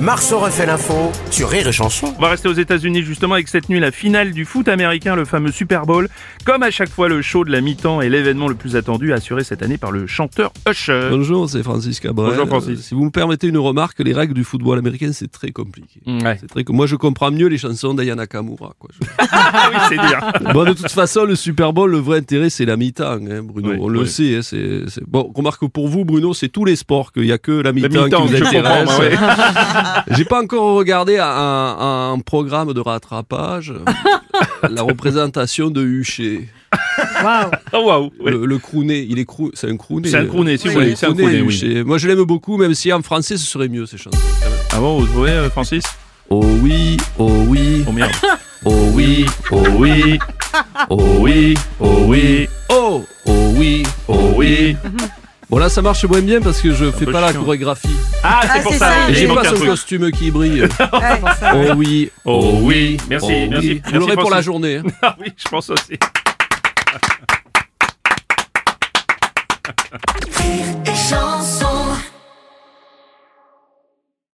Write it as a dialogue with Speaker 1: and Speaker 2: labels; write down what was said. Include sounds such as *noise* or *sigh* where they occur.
Speaker 1: Marceau refait l'info sur Rire et Chanson.
Speaker 2: On va rester aux États-Unis justement avec cette nuit la finale du foot américain, le fameux Super Bowl. Comme à chaque fois, le show de la mi-temps est l'événement le plus attendu assuré cette année par le chanteur Usher.
Speaker 3: Bonjour, c'est Francis Cabrel.
Speaker 2: Euh, Bonjour, Francis.
Speaker 3: Euh, si vous me permettez une remarque, les règles du football américain, c'est très compliqué.
Speaker 2: Ouais.
Speaker 3: C'est très com- Moi, je comprends mieux les chansons d'Ayana Kamura. Quoi. Je- *laughs*
Speaker 2: Ah oui, c'est *laughs* dire.
Speaker 3: bon, de toute façon, le Super Bowl, le vrai intérêt, c'est la mi-temps, hein, Bruno.
Speaker 2: Oui,
Speaker 3: On le
Speaker 2: oui.
Speaker 3: sait. hein, c'est, c'est- Bon, remarque que pour vous, Bruno, c'est tous les sports qu'il n'y a que la mi-temps,
Speaker 2: mi-temps,
Speaker 3: qui vous
Speaker 2: je comprends,
Speaker 3: intéresse.
Speaker 2: bah *laughs* ouais.
Speaker 3: *laughs* J'ai pas encore regardé un, un programme
Speaker 2: *laughs*
Speaker 3: de rattrapage. la représentation de Huchet.
Speaker 2: Oh, waouh. ouais.
Speaker 3: Le, le crooné, il est crou... c'est un crooné.
Speaker 2: C'est un
Speaker 3: euh,
Speaker 2: crooné, si vous
Speaker 3: c'est
Speaker 2: voulez,
Speaker 3: un
Speaker 2: c'est un
Speaker 3: crooné,
Speaker 2: crooné, oui.
Speaker 3: Huchet. Moi, je l'aime beaucoup, même si en français, ce serait mieux, ces chansons.
Speaker 2: Ah bon, vous trouvez, euh, Francis
Speaker 3: Oh oui, oh oui,
Speaker 2: Oh merde.
Speaker 3: oh oui,
Speaker 2: Oh oui,
Speaker 3: oh
Speaker 2: oui, oh oui,
Speaker 3: oh, oh oui.
Speaker 2: oh oui.
Speaker 3: Bon là ça marche moins bien parce que je fais
Speaker 2: peu
Speaker 3: pas la
Speaker 2: chiant.
Speaker 3: chorégraphie.
Speaker 2: Ah, c'est
Speaker 4: Ah,
Speaker 2: pour
Speaker 4: c'est
Speaker 2: ça.
Speaker 4: ça,
Speaker 3: Et
Speaker 4: oui.
Speaker 2: J'ai
Speaker 3: j'ai pas
Speaker 2: manqué un
Speaker 3: son
Speaker 2: truc.
Speaker 3: costume qui brille.
Speaker 4: Ouais, pour ça.
Speaker 3: oh oui,
Speaker 2: Oh oui. Merci,
Speaker 3: oh
Speaker 2: merci.
Speaker 3: oui.
Speaker 2: merci,
Speaker 3: Vous l'aurez pour la
Speaker 2: Francis.
Speaker 3: journée. hein.
Speaker 2: *laughs* Ah oui, je pense aussi.
Speaker 5: Rire et chanson.